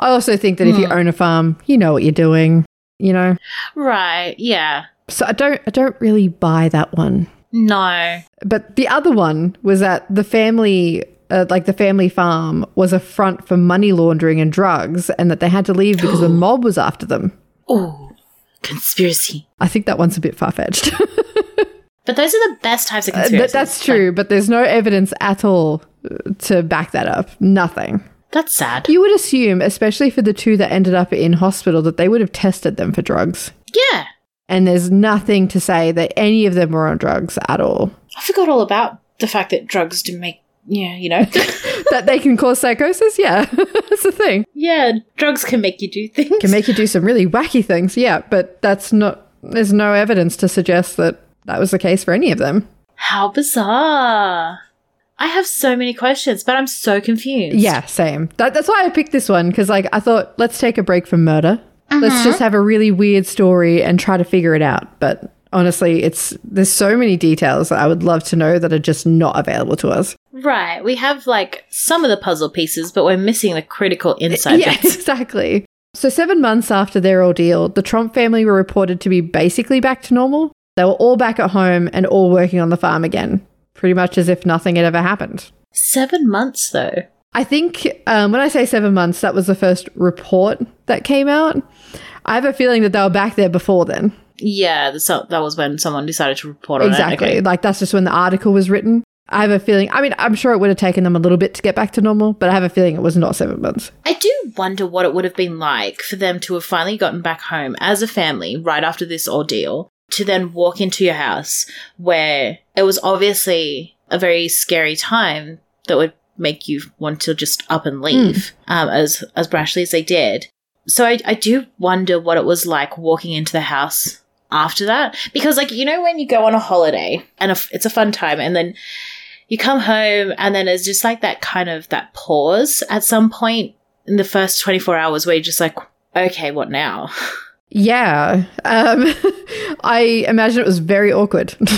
Speaker 1: I also think that if you own a farm, you know what you're doing, you know?
Speaker 2: right? Yeah.
Speaker 1: So I don't, I don't really buy that one.
Speaker 2: No.
Speaker 1: But the other one was that the family, uh, like the family farm, was a front for money laundering and drugs and that they had to leave because the mob was after them.
Speaker 2: Ooh, conspiracy.
Speaker 1: I think that one's a bit far fetched.
Speaker 2: But those are the best types of
Speaker 1: Uh, Th-
Speaker 2: conspiracies.
Speaker 1: that's true, but there's no evidence at all uh, to back that up. Nothing.
Speaker 2: That's sad.
Speaker 1: You would assume, especially for the two that ended up in hospital, that they would have tested them for drugs.
Speaker 2: Yeah.
Speaker 1: And there's nothing to say that any of them were on drugs at all.
Speaker 2: I forgot all about the fact that drugs do make yeah, you know.
Speaker 1: that they can cause psychosis? Yeah, that's the thing.
Speaker 2: yeah, drugs can make you do things.
Speaker 1: Can make you do some really wacky things, yeah, but that's not, there's no evidence to suggest that that was the case for any of them.
Speaker 2: How bizarre. I have so many questions, but I'm so confused.
Speaker 1: Yeah, same. That, that's why I picked this one because, like, I thought let's take a break from murder. Let's just have a really weird story and try to figure it out. But honestly, it's there's so many details that I would love to know that are just not available to us.
Speaker 2: Right. We have like some of the puzzle pieces, but we're missing the critical insight.
Speaker 1: yeah,
Speaker 2: bits.
Speaker 1: exactly. So seven months after their ordeal, the Trump family were reported to be basically back to normal. They were all back at home and all working on the farm again, pretty much as if nothing had ever happened.
Speaker 2: Seven months though.
Speaker 1: I think um, when I say seven months, that was the first report that came out. I have a feeling that they were back there before then.
Speaker 2: Yeah, the- so that was when someone decided to report on
Speaker 1: exactly.
Speaker 2: it. Okay.
Speaker 1: Like that's just when the article was written. I have a feeling. I mean, I'm sure it would have taken them a little bit to get back to normal, but I have a feeling it was not seven months.
Speaker 2: I do wonder what it would have been like for them to have finally gotten back home as a family right after this ordeal to then walk into your house where it was obviously a very scary time that would make you want to just up and leave um, as as brashly as they did. So I, I do wonder what it was like walking into the house after that because like you know when you go on a holiday and a f it's a fun time and then you come home and then it's just like that kind of that pause at some point in the first 24 hours where you're just like okay what now
Speaker 1: Yeah. Um, I imagine it was very awkward.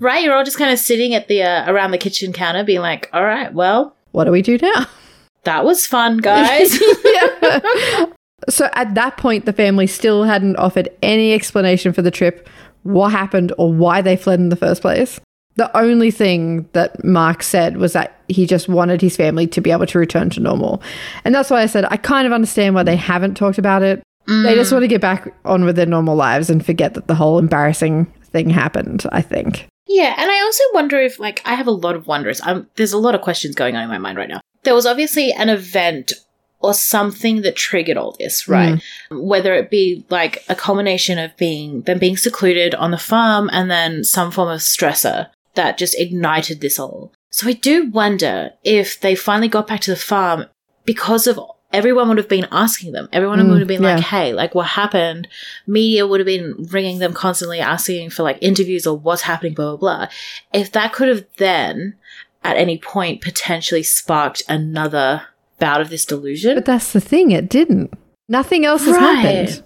Speaker 2: right you're all just kind of sitting at the uh, around the kitchen counter being like all right well
Speaker 1: what do we do now?
Speaker 2: that was fun guys
Speaker 1: Yeah. so at that point, the family still hadn't offered any explanation for the trip, what happened, or why they fled in the first place. The only thing that Mark said was that he just wanted his family to be able to return to normal. And that's why I said I kind of understand why they haven't talked about it.
Speaker 2: Mm.
Speaker 1: They just want to get back on with their normal lives and forget that the whole embarrassing thing happened, I think.
Speaker 2: Yeah, and I also wonder if, like, I have a lot of wonders. Um, there's a lot of questions going on in my mind right now. There was obviously an event or something that triggered all this, right?
Speaker 1: Mm.
Speaker 2: Whether it be like a combination of being them being secluded on the farm and then some form of stressor that just ignited this all. So I do wonder if they finally got back to the farm because of everyone would have been asking them. Everyone
Speaker 1: Mm,
Speaker 2: would have been like,
Speaker 1: yeah.
Speaker 2: "Hey, like what happened?" Media would have been ringing them constantly asking for like interviews or what's happening, blah blah blah. If that could have then at any point potentially sparked another bout of this delusion.
Speaker 1: But that's the thing, it didn't. Nothing else has
Speaker 2: Right.
Speaker 1: happened.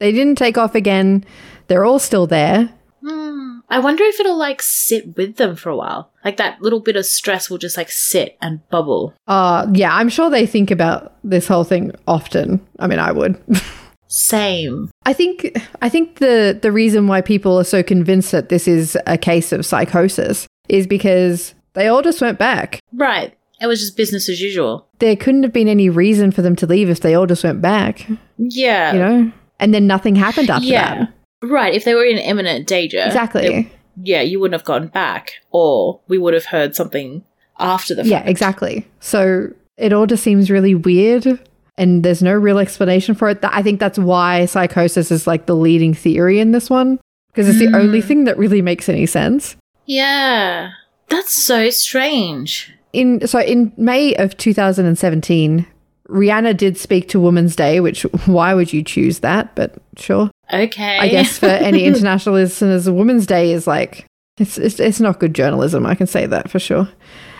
Speaker 1: They didn't take off again. They're all still there.
Speaker 2: Hmm. I wonder if it'll like sit with them for a while. Like that little bit of stress will just like sit and bubble.
Speaker 1: Uh, yeah, I'm sure they think about this whole thing often. I mean, I would.
Speaker 2: Same.
Speaker 1: I think I think the the reason why people are so convinced that this is a case of psychosis is because they all just went back.
Speaker 2: Right. It was just business as usual.
Speaker 1: There couldn't have been any reason for them to leave if they all just went back, you
Speaker 2: Yeah.
Speaker 1: know? And then nothing happened after
Speaker 2: Oh. yeah.
Speaker 1: that.
Speaker 2: Right. If they were in imminent danger.
Speaker 1: Exactly.
Speaker 2: it- yeah, you wouldn't have gone back or we would have heard something after the
Speaker 1: Yeah,
Speaker 2: fact.
Speaker 1: exactly. So it all just seems really weird and there's no real explanation for it. Th- I think that's why psychosis is like the leading theory in this one because it's
Speaker 2: Mm.
Speaker 1: the only thing that really makes any sense.
Speaker 2: Yeah. That's so strange.
Speaker 1: In so in May of 2017, Rihanna did speak to Women's Day, which why would you choose that? But sure.
Speaker 2: Okay.
Speaker 1: I guess for any international listeners, Women's Day is like it's, it's it's not good journalism, I can say that for sure.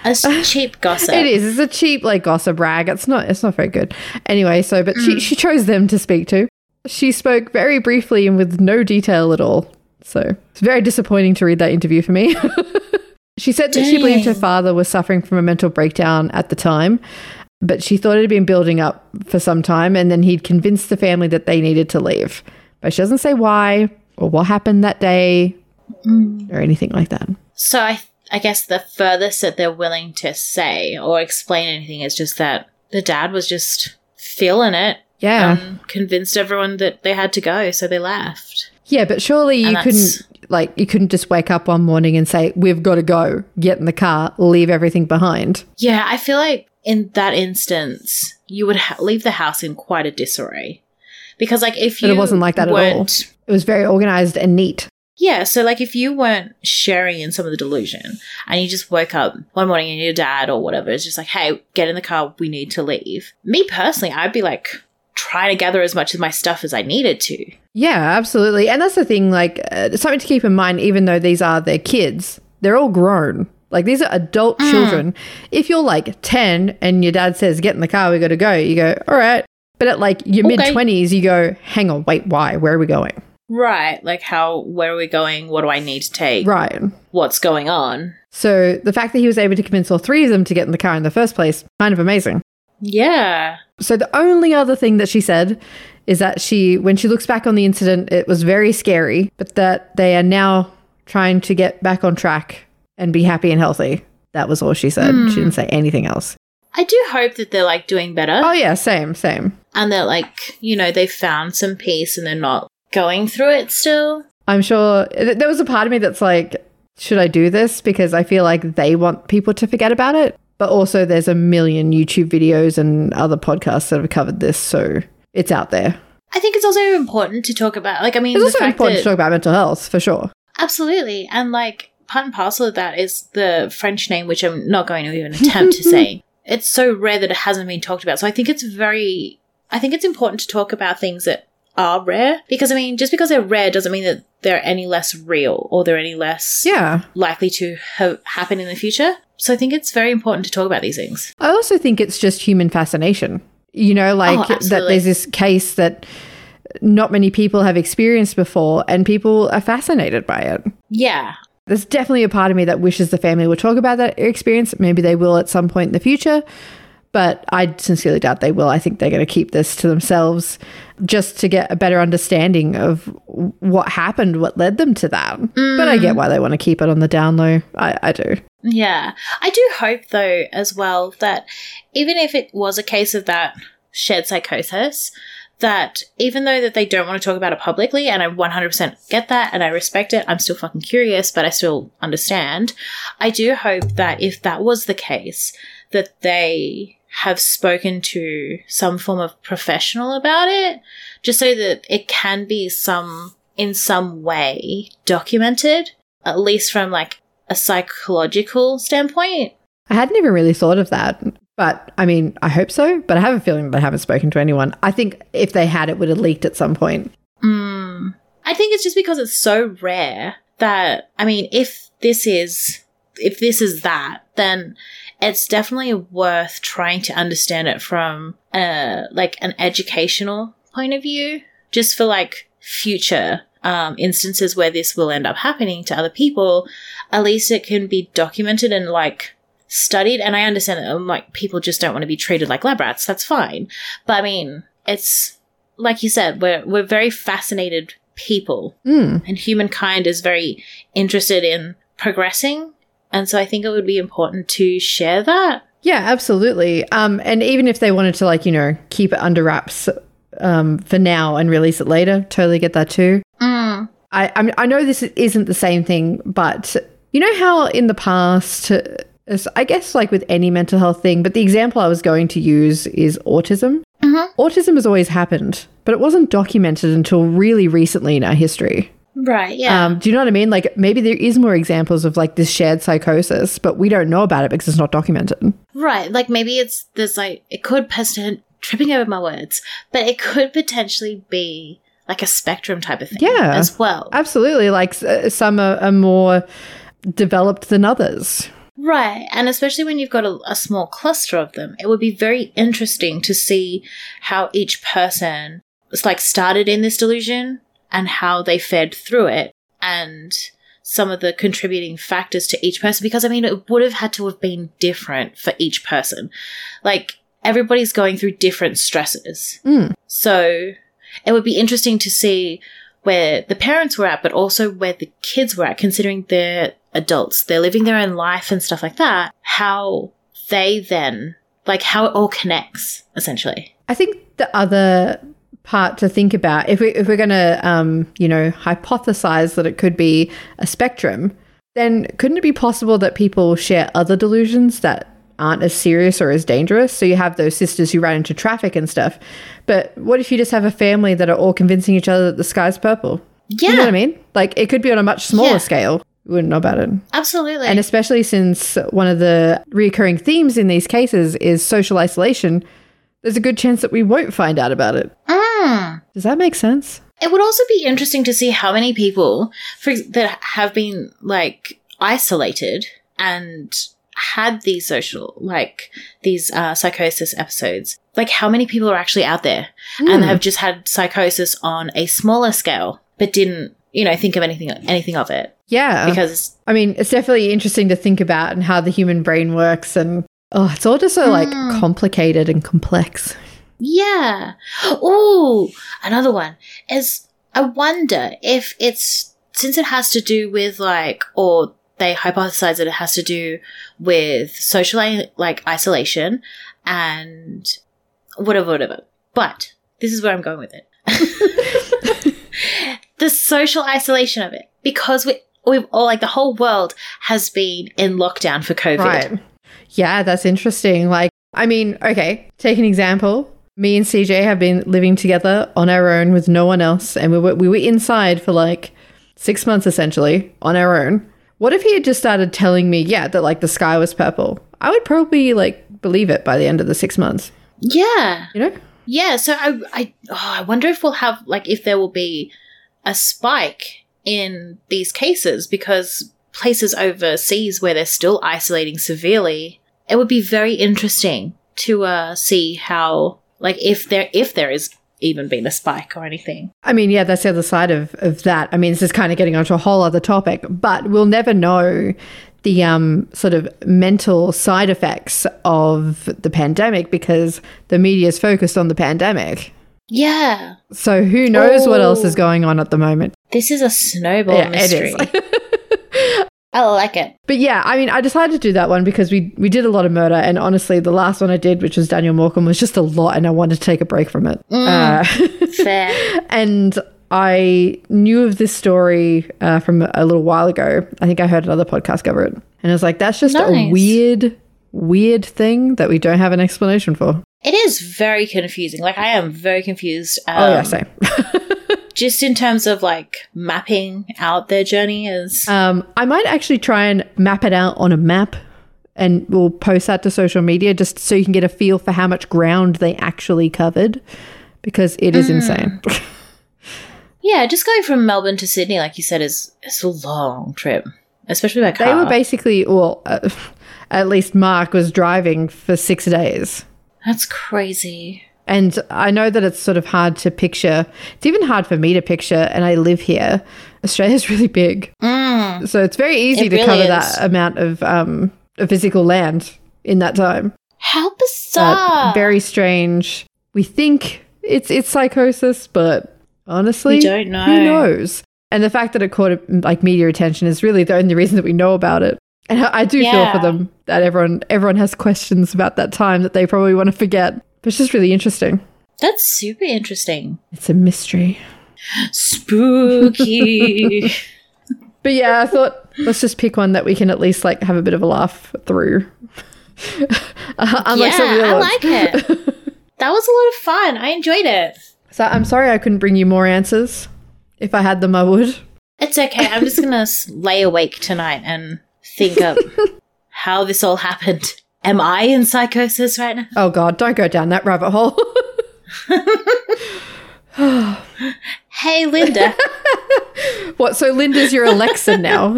Speaker 2: It's cheap gossip.
Speaker 1: It is. It's a cheap like gossip rag. It's not. It's not very good. Anyway, so but
Speaker 2: Mm.
Speaker 1: she she chose them to speak to. She spoke very briefly and with no detail at all. So it's very disappointing to read that interview for me. she said that she believed her
Speaker 2: Dang.
Speaker 1: father was suffering from a mental breakdown at the time, but she thought it had been building up for some time, and then he'd convinced the family that they needed to leave. But she doesn't say why or what happened that day
Speaker 2: Mm.
Speaker 1: or anything like that.
Speaker 2: So I, I guess the furthest that they're willing to say or explain anything is just that the dad was just feeling it
Speaker 1: Yeah.
Speaker 2: and convinced everyone that they had to go, so they left.
Speaker 1: Yeah, but surely
Speaker 2: And
Speaker 1: you
Speaker 2: that's-
Speaker 1: couldn't like you couldn't just wake up one morning and say we've got to go, get in the car, leave everything behind.
Speaker 2: Yeah, I feel like in that instance, you would ha- leave the house in quite a disarray because, like, if
Speaker 1: But
Speaker 2: you
Speaker 1: it wasn't like that at all.
Speaker 2: weren't-
Speaker 1: It was very organized and neat.
Speaker 2: Yeah, so like if you weren't sharing in some of the delusion and you just woke up one morning and your dad or whatever is just like, hey, get in the car, we need to leave. Me personally, I'd be like trying to gather as much of my stuff as I needed to.
Speaker 1: Yeah, absolutely. And that's the thing like uh, something to keep in mind even though these are their kids, they're all grown. Like these are adult
Speaker 2: Mm.
Speaker 1: children. If you're like 10 and your dad says get in the car, we got to go. You go, "All right." But at like your
Speaker 2: Okay.
Speaker 1: mid 20s, you go, "Hang on, wait, why? Where are we going?"
Speaker 2: Right. Like how where are we going? What do I need to take?
Speaker 1: Right.
Speaker 2: What's going on?
Speaker 1: So the fact that he was able to convince all three of them to get in the car in the first place, kind of amazing.
Speaker 2: Yeah.
Speaker 1: So the only other thing that she said is that she, when she looks back on the incident, it was very scary, but that they are now trying to get back on track and be happy and healthy. That was all she said. She
Speaker 2: Hmm.
Speaker 1: didn't say anything else.
Speaker 2: I do hope that they're like doing better
Speaker 1: Oh yeah, same, same.
Speaker 2: and they're like, you know, they found some peace and they're not going through it still.
Speaker 1: I'm sure th- there was a part of me that's like, should I do this? Because I feel like they want people to forget about it. But also, there's a million YouTube videos and other podcasts that have covered this, so it's out there.
Speaker 2: I think it's also important to talk about like I mean
Speaker 1: It's
Speaker 2: the
Speaker 1: also
Speaker 2: fact
Speaker 1: important
Speaker 2: that-
Speaker 1: to talk about mental health for sure.
Speaker 2: Absolutely. And like part and parcel of that is the French name, which I'm not going to even attempt to say. It's so rare that it hasn't been talked about. So I think it's very I think it's important to talk about things that are rare. Because I mean, just because they're rare doesn't mean that they're any less real or they're any less
Speaker 1: Yeah.
Speaker 2: likely to ha- happen in the future. So I think it's very important to talk about these things.
Speaker 1: I also think it's just human fascination. You know,
Speaker 2: Oh,
Speaker 1: like that
Speaker 2: absolutely.
Speaker 1: there's this case that not many people have experienced before, and people are fascinated by it.
Speaker 2: Yeah.
Speaker 1: There's definitely a part of me that wishes the family would talk about that experience. Maybe they will at some point in the future, but I sincerely doubt they will. I think they're going to keep this to themselves just to get a better understanding of w- what happened, what led them to that. But I
Speaker 2: Mm.
Speaker 1: get why they want to keep it on the down low. I, I do.
Speaker 2: Yeah. I do hope, though, as well, that even if it was a case of that shared psychosis, that even though that they don't want to talk about it publicly, and I 100% get that and I respect it, I'm still fucking curious, but I still understand. I do hope that if that was the case, that they have spoken to some form of professional about it, just so that it can be some, in some way, documented, at least from like a psychological standpoint.
Speaker 1: I hadn't even really thought of that. But I mean, I hope so. But I have a feeling they haven't spoken to anyone. I think if they had, it would have leaked at some point.
Speaker 2: Mm. I think it's just because it's so rare that I mean, if this is if this is that, then it's definitely worth trying to understand it from uh like an educational point of view, just for like future um, instances where this will end up happening to other people. At least it can be documented and like studied. And I understand that um, like people just don't want to be treated like lab rats. That's fine, but I mean, it's like you said, we're we're very fascinated people
Speaker 1: Mm.
Speaker 2: and humankind is very interested in progressing. And so I think it would be important to share that.
Speaker 1: Yeah, absolutely. Um, and even if they wanted to, like, you know, keep it under wraps um, for now and release it later, totally get that too.
Speaker 2: Mm.
Speaker 1: I, I, mean, I know this isn't the same thing, but you know how in the past, uh, it's- I guess like with any mental health thing, but the example I was going to use is autism.
Speaker 2: Mhm.
Speaker 1: Autism has always happened, but it wasn't documented until really recently in our history.
Speaker 2: Right. Yeah.
Speaker 1: Um, do you know what I mean? Like maybe there is more examples of like this shared psychosis, but we don't know about it because it's not documented.
Speaker 2: right. Like maybe it's there's like it could potent tripping over my words, but it could potentially be like a spectrum type of thing.
Speaker 1: Yeah.
Speaker 2: As well.
Speaker 1: Absolutely, like s- uh, some are, are more developed than others.
Speaker 2: Right, and especially when you've got a, a small cluster of them, it would be very interesting to see how each person was like started in this delusion and how they fared through it and some of the contributing factors to each person because I mean it would have had to have been different for each person. Like everybody's going through different stresses.
Speaker 1: Mm.
Speaker 2: So it would be interesting to see where the parents were at, but also where the kids were at, considering they're adults, they're living their own life and stuff like that. How they then, like, how it all connects, essentially.
Speaker 1: I think the other part to think about, if we if we're going to, um, you know, hypothesize that it could be a spectrum, then couldn't it be possible that people share other delusions that aren't as serious or as dangerous? So you have those sisters who run into traffic and stuff, but what if you just have a family that are all convincing each other that the sky's purple?
Speaker 2: Yeah,
Speaker 1: You know what I mean? Like it could be on a much smaller
Speaker 2: Yeah.
Speaker 1: scale. We wouldn't know about it.
Speaker 2: absolutely.
Speaker 1: And especially since one of the reoccurring themes in these cases is social isolation, there's a good chance that we won't find out about it.
Speaker 2: Mm.
Speaker 1: Does that make sense?
Speaker 2: It would also be interesting to see how many people for, ex- that have been, like, isolated and had these social, like, these uh, psychosis episodes. Like, how many people are actually out there?
Speaker 1: Hmm.
Speaker 2: and have just had psychosis on a smaller scale, but didn't you know think of anything anything of it
Speaker 1: yeah.
Speaker 2: because
Speaker 1: I mean, it's definitely interesting to think about and how the human brain works and oh, it's all just so like
Speaker 2: Mm.
Speaker 1: complicated and complex.
Speaker 2: yeah. Oh, another one is I wonder if it's since it has to do with like or they hypothesize that it has to do with social i- like isolation and whatever whatever. But this is where I'm going with it. the social isolation of it because we we've all like the whole world has been in lockdown for COVID.
Speaker 1: Right. Yeah, that's interesting. Like, I mean, okay, take an example. Me and CJ have been living together on our own with no one else, and we were, we were inside for like six months essentially on our own. What if he had just started telling me, yeah, that like the sky was purple? I would probably like believe it by the end of the six months,
Speaker 2: Yeah.
Speaker 1: you know?
Speaker 2: Yeah, so I I oh, I wonder if we'll have like if there will be a spike in these cases because places overseas where they're still isolating severely, it would be very interesting to uh see how like if there if there is even been a spike or anything.
Speaker 1: I mean, yeah, that's the other side of, of that. I mean, this is kind of getting onto a whole other topic, but we'll never know the um, sort of mental side effects of the pandemic because the media is focused on the pandemic.
Speaker 2: Yeah.
Speaker 1: So who knows what else is
Speaker 2: Oh.
Speaker 1: going on at the moment?
Speaker 2: This is a snowball
Speaker 1: Yeah, it
Speaker 2: mystery.
Speaker 1: is.
Speaker 2: I like it.
Speaker 1: But yeah, I mean, I decided to do that one because we we did a lot of murder, and honestly, the last one I did, which was Daniel Morcombe, was just a lot, and I wanted to take a break from it. Uh,
Speaker 2: Fair.
Speaker 1: and I knew of this story uh, from a little while ago. I think I heard another podcast cover it, and I was like, "That's just a
Speaker 2: Nice.
Speaker 1: weird weird thing that we don't have an explanation for.
Speaker 2: It is very confusing. Like I am very confused. Um,
Speaker 1: oh, yeah, same.
Speaker 2: Just in terms of like mapping out their journey as
Speaker 1: Um, I might actually try and map it out on a map and we'll post that to social media just so you can get a feel for how much ground they actually covered because it
Speaker 2: Mm.
Speaker 1: is insane.
Speaker 2: yeah, just going from Melbourne to Sydney, like you said, is is a long trip, especially by car.
Speaker 1: they were basically, well, uh, at least Mark was driving for six days.
Speaker 2: That's crazy.
Speaker 1: And I know that it's sort of hard to picture. It's even hard for me to picture, and I live here. Australia's really big. So it's very easy
Speaker 2: It
Speaker 1: to
Speaker 2: really
Speaker 1: cover
Speaker 2: is.
Speaker 1: that amount of um, of physical land in that time.
Speaker 2: How
Speaker 1: But
Speaker 2: bizarre!
Speaker 1: Uh, very strange. We think it's it's psychosis, but honestly,
Speaker 2: We don't know.
Speaker 1: Who knows? And the fact that it caught mm, like media attention is really the only reason that we know about it. And I I do feel
Speaker 2: Yeah.
Speaker 1: for them that everyone everyone has questions about that time that they probably want to forget. But it's just really interesting.
Speaker 2: That's super interesting.
Speaker 1: It's a mystery.
Speaker 2: Spooky.
Speaker 1: But yeah, I thought let's just pick one that we can at least like have a bit of a laugh through. Unlike
Speaker 2: yeah,
Speaker 1: some of the other
Speaker 2: I
Speaker 1: ones.
Speaker 2: like it. that was a lot of fun. I enjoyed it.
Speaker 1: So I'm sorry I couldn't bring you more answers. If I had them, I would.
Speaker 2: It's okay. I'm just gonna s- lay awake tonight and think of how this all happened. Am I in psychosis right now?
Speaker 1: Oh God, don't go down that rabbit hole.
Speaker 2: Hey, Linda.
Speaker 1: what? So Linda's your Alexa now?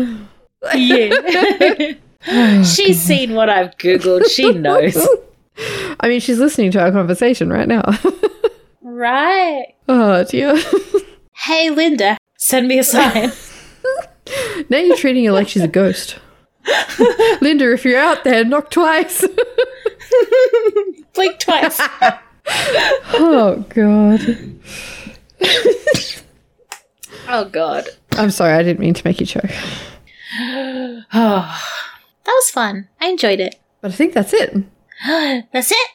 Speaker 2: yeah. She's seen what I've googled. She knows.
Speaker 1: I mean, she's listening to our conversation right now.
Speaker 2: Right.
Speaker 1: oh dear.
Speaker 2: Hey, Linda. Send me a sign.
Speaker 1: now you're treating her like she's a ghost. Linda, if you're out there, knock twice.
Speaker 2: Blink twice.
Speaker 1: oh God.
Speaker 2: Oh God.
Speaker 1: I'm sorry. I didn't mean to make you choke.
Speaker 2: Oh, that was fun. I enjoyed it.
Speaker 1: But I think that's it. If
Speaker 2: That's it.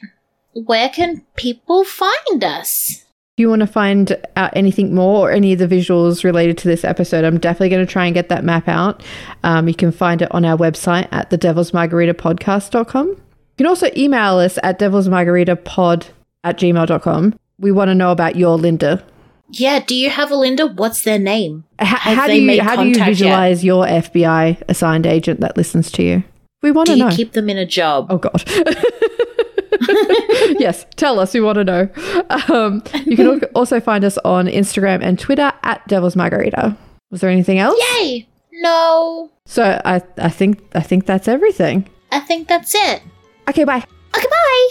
Speaker 2: Where can people find us?
Speaker 1: you want to find out anything more or any of the visuals related to this episode, I'm definitely going to try and get that map out. Um, you can find it on our website at the devil's margarita podcast.com. You can also email us at devil's margarita pod at gmail.com. We want to know about your Linda.
Speaker 2: Yeah, do you have a Linda? What's their name?
Speaker 1: H- how do
Speaker 2: they
Speaker 1: you,
Speaker 2: made
Speaker 1: how do you
Speaker 2: contact yet?
Speaker 1: visualize your FBI assigned agent that listens to you? We want
Speaker 2: Do
Speaker 1: to
Speaker 2: you
Speaker 1: know.
Speaker 2: keep them in a job?
Speaker 1: Oh God. yes, tell us. We want to know. Um, you can al- also find us on Instagram and Twitter at Devil's Margarita. Was there anything else?
Speaker 2: Yay! No,
Speaker 1: So I, I think I think that's everything.
Speaker 2: I think that's it.
Speaker 1: Okay, bye.
Speaker 2: Okay, bye!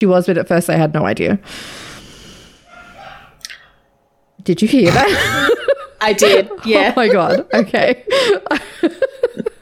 Speaker 1: She was, but at first I had no idea. Did you hear that?
Speaker 2: I did,
Speaker 1: Oh my god. Okay.